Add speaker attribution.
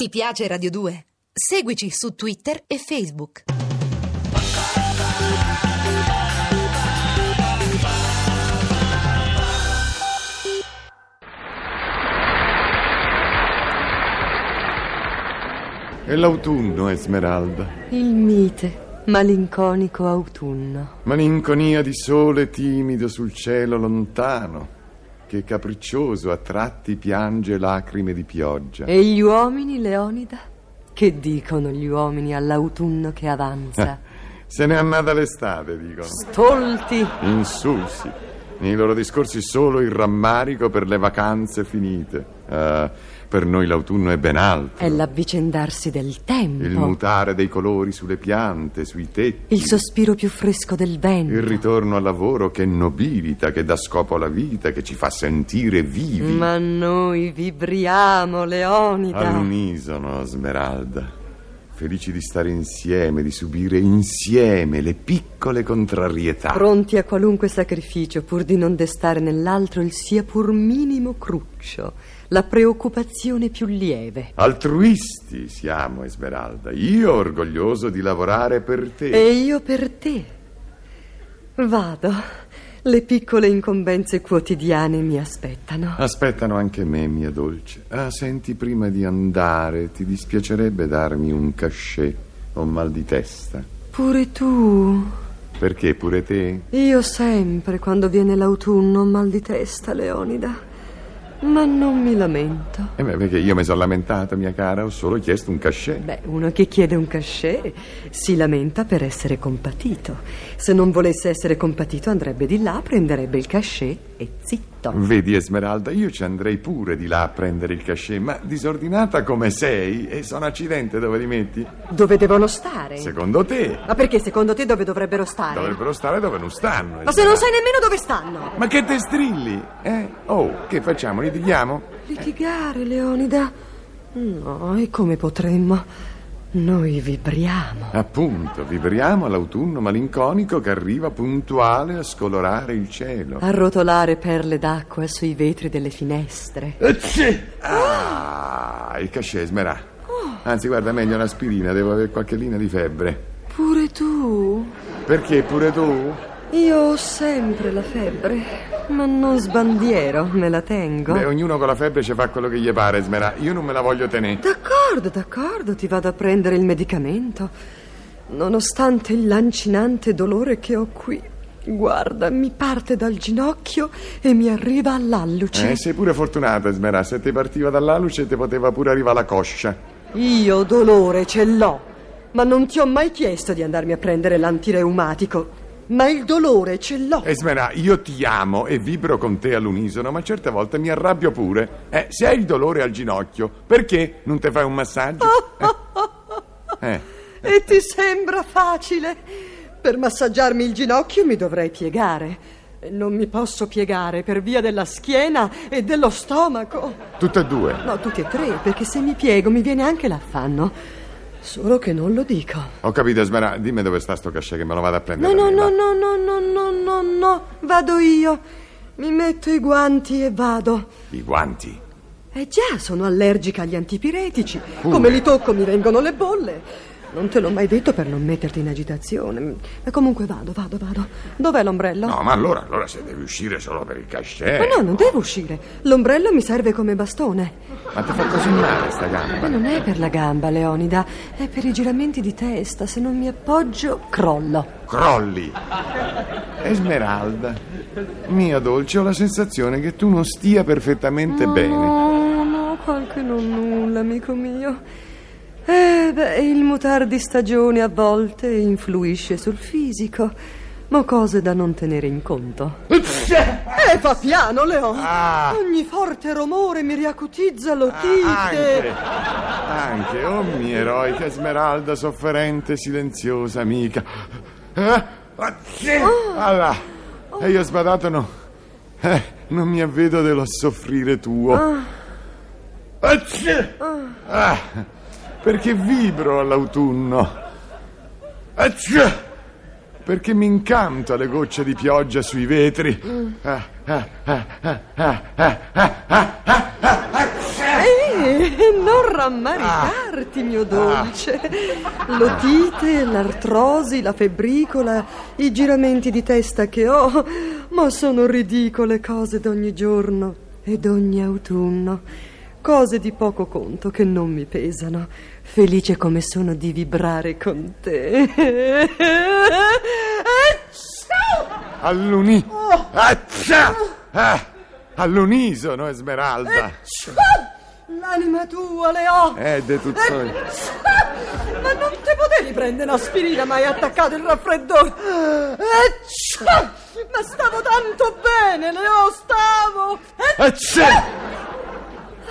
Speaker 1: Ti piace Radio 2? Seguici su Twitter e Facebook.
Speaker 2: È l'autunno, Esmeralda.
Speaker 3: Il mite, malinconico autunno.
Speaker 2: Malinconia di sole timido sul cielo lontano, che capriccioso a tratti piange lacrime di pioggia.
Speaker 3: E gli uomini, Leonida? Che dicono gli uomini all'autunno che avanza?
Speaker 2: Eh, Se n'è annata l'estate, dicono.
Speaker 3: Tolti!
Speaker 2: Insulsi. Nei loro discorsi solo il rammarico per le vacanze finite. Eh, per noi l'autunno è ben altro.
Speaker 3: È l'avvicendarsi del tempo.
Speaker 2: Il mutare dei colori sulle piante, sui tetti.
Speaker 3: Oh. Il sospiro più fresco del vento.
Speaker 2: Il ritorno al lavoro che nobilita, che dà scopo alla vita, che ci fa sentire vivi.
Speaker 3: Ma noi vibriamo, Leonida.
Speaker 2: All'unisono, Smeralda. Felici di stare insieme, di subire insieme le piccole contrarietà.
Speaker 3: Pronti a qualunque sacrificio pur di non destare nell'altro il sia pur minimo cruccio, la preoccupazione più lieve.
Speaker 2: Altruisti siamo, Esmeralda. Io orgoglioso di lavorare per te.
Speaker 3: E io per te. Vado. Le piccole incombenze quotidiane mi aspettano.
Speaker 2: Aspettano anche me, mia dolce. Ah, senti, prima di andare, ti dispiacerebbe darmi un cachet o un mal di testa?
Speaker 3: Pure tu.
Speaker 2: Perché pure te?
Speaker 3: Io sempre, quando viene l'autunno, ho mal di testa, Leonida. Ma non mi lamento.
Speaker 2: Eh beh, perché io mi sono lamentato, mia cara, ho solo chiesto un cachet.
Speaker 3: Beh, uno che chiede un cachet si lamenta per essere compatito. Se non volesse essere compatito andrebbe di là, prenderebbe il cachet e zitto.
Speaker 2: Vedi, Esmeralda, io ci andrei pure di là a prendere il cachet, ma disordinata come sei, e sono accidente dove li metti?
Speaker 3: Dove devono stare?
Speaker 2: Secondo te?
Speaker 3: Ma perché secondo te dove dovrebbero stare?
Speaker 2: Dovrebbero stare dove non stanno.
Speaker 3: Ma se non sai nemmeno dove stanno!
Speaker 2: Ma che te strilli? Eh? Oh, che facciamo? Litighiamo?
Speaker 3: Litigare, Leonida? No, e come potremmo? Noi vibriamo.
Speaker 2: Appunto, vibriamo all'autunno malinconico che arriva puntuale a scolorare il cielo.
Speaker 3: A rotolare perle d'acqua sui vetri delle finestre.
Speaker 2: Ah, il cachet smerà. Anzi, guarda, meglio un'aspirina, devo avere qualche linea di febbre.
Speaker 3: Pure tu?
Speaker 2: Perché pure tu?
Speaker 3: Io ho sempre la febbre, ma non sbandiero, me la tengo.
Speaker 2: Beh, ognuno con la febbre ci fa quello che gli pare, Smerà. Io non me la voglio tenere.
Speaker 3: D'accordo, d'accordo, ti vado a prendere il medicamento. Nonostante il lancinante dolore che ho qui, guarda, mi parte dal ginocchio e mi arriva all'alluce.
Speaker 2: Eh, sei pure fortunata, Smerà. Se ti partiva dall'aluce ti poteva pure arrivare la coscia.
Speaker 3: Io dolore ce l'ho, ma non ti ho mai chiesto di andarmi a prendere l'antireumatico. Ma il dolore ce l'ho.
Speaker 2: Esmerà, io ti amo e vibro con te all'unisono, ma certe volte mi arrabbio pure. Eh, se hai il dolore al ginocchio, perché non te fai un massaggio? Eh. eh.
Speaker 3: E ti sembra facile? Per massaggiarmi il ginocchio mi dovrei piegare. E Non mi posso piegare per via della schiena e dello stomaco.
Speaker 2: Tutte e due.
Speaker 3: No, tutti e tre, perché se mi piego mi viene anche l'affanno. Solo che non lo dico.
Speaker 2: Ho capito, Esmerà. Dimmi dove sta sto cachet che me lo vado a
Speaker 3: No,
Speaker 2: prendere.
Speaker 3: no,
Speaker 2: da me,
Speaker 3: no,
Speaker 2: va.
Speaker 3: no, no, no, no, no, no. Vado io. Mi metto i guanti e vado.
Speaker 2: I guanti.
Speaker 3: Eh già, sono allergica agli antipiretici. Come li tocco mi vengono le bolle. Non te l'ho mai detto per non metterti in agitazione. Ma comunque vado, vado, vado. Dov'è l'ombrello?
Speaker 2: No, ma allora, allora se devi uscire solo per il cachet.
Speaker 3: Ma no, non devo uscire. L'ombrello mi serve come bastone.
Speaker 2: Ma ti fa così male sta gamba.
Speaker 3: Ma non è per la gamba, Leonida, è per i giramenti di testa. Se non mi appoggio, crollo.
Speaker 2: Crolli. Esmeralda, mia dolce, ho la sensazione che tu non stia perfettamente bene.
Speaker 3: No, no, qualche non nulla, amico mio. Eh, beh, il mutar di stagione a volte influisce sul fisico, ma cose da non tenere in conto. Eh, fa piano, Leonida.
Speaker 2: Ah.
Speaker 3: Ogni forte rumore mi riacutizza
Speaker 2: Anche,
Speaker 3: l'otite.
Speaker 2: anche, oh mia eroica Esmeralda, sofferente, silenziosa, amica. Eh? Ah, Oh. sì. Allà. E io sbadato no. Eh, non mi avvedo dello soffrire tuo. Ah, sì. Ah, perché vibro all'autunno. Ah, sì. Perché mi incanto alle gocce di pioggia sui vetri. Eh, Ah, ah, ah, ah, ah, ah, ah, ah, ah, ah, ah.
Speaker 3: Ehi, Eh, non rammaricarti, mio dolce. L'otite, l'artrosi, la febbricola, i giramenti di testa che ho, ma sono ridicole cose d'ogni giorno ed ogni autunno. Cose di poco conto che non mi pesano. Felice come sono di vibrare con te. Ecco!
Speaker 2: All'uni... Accia! Ah, all'unisono, Esmeralda.
Speaker 3: Eh. L'anima tua, Leò!
Speaker 2: Eh, de tutto il-
Speaker 3: Ma non te potevi prendere un'aspirina, ma hai attaccato il raffreddore! Eh, ma stavo tanto bene, Leò, stavo! Eh,
Speaker 2: Accia!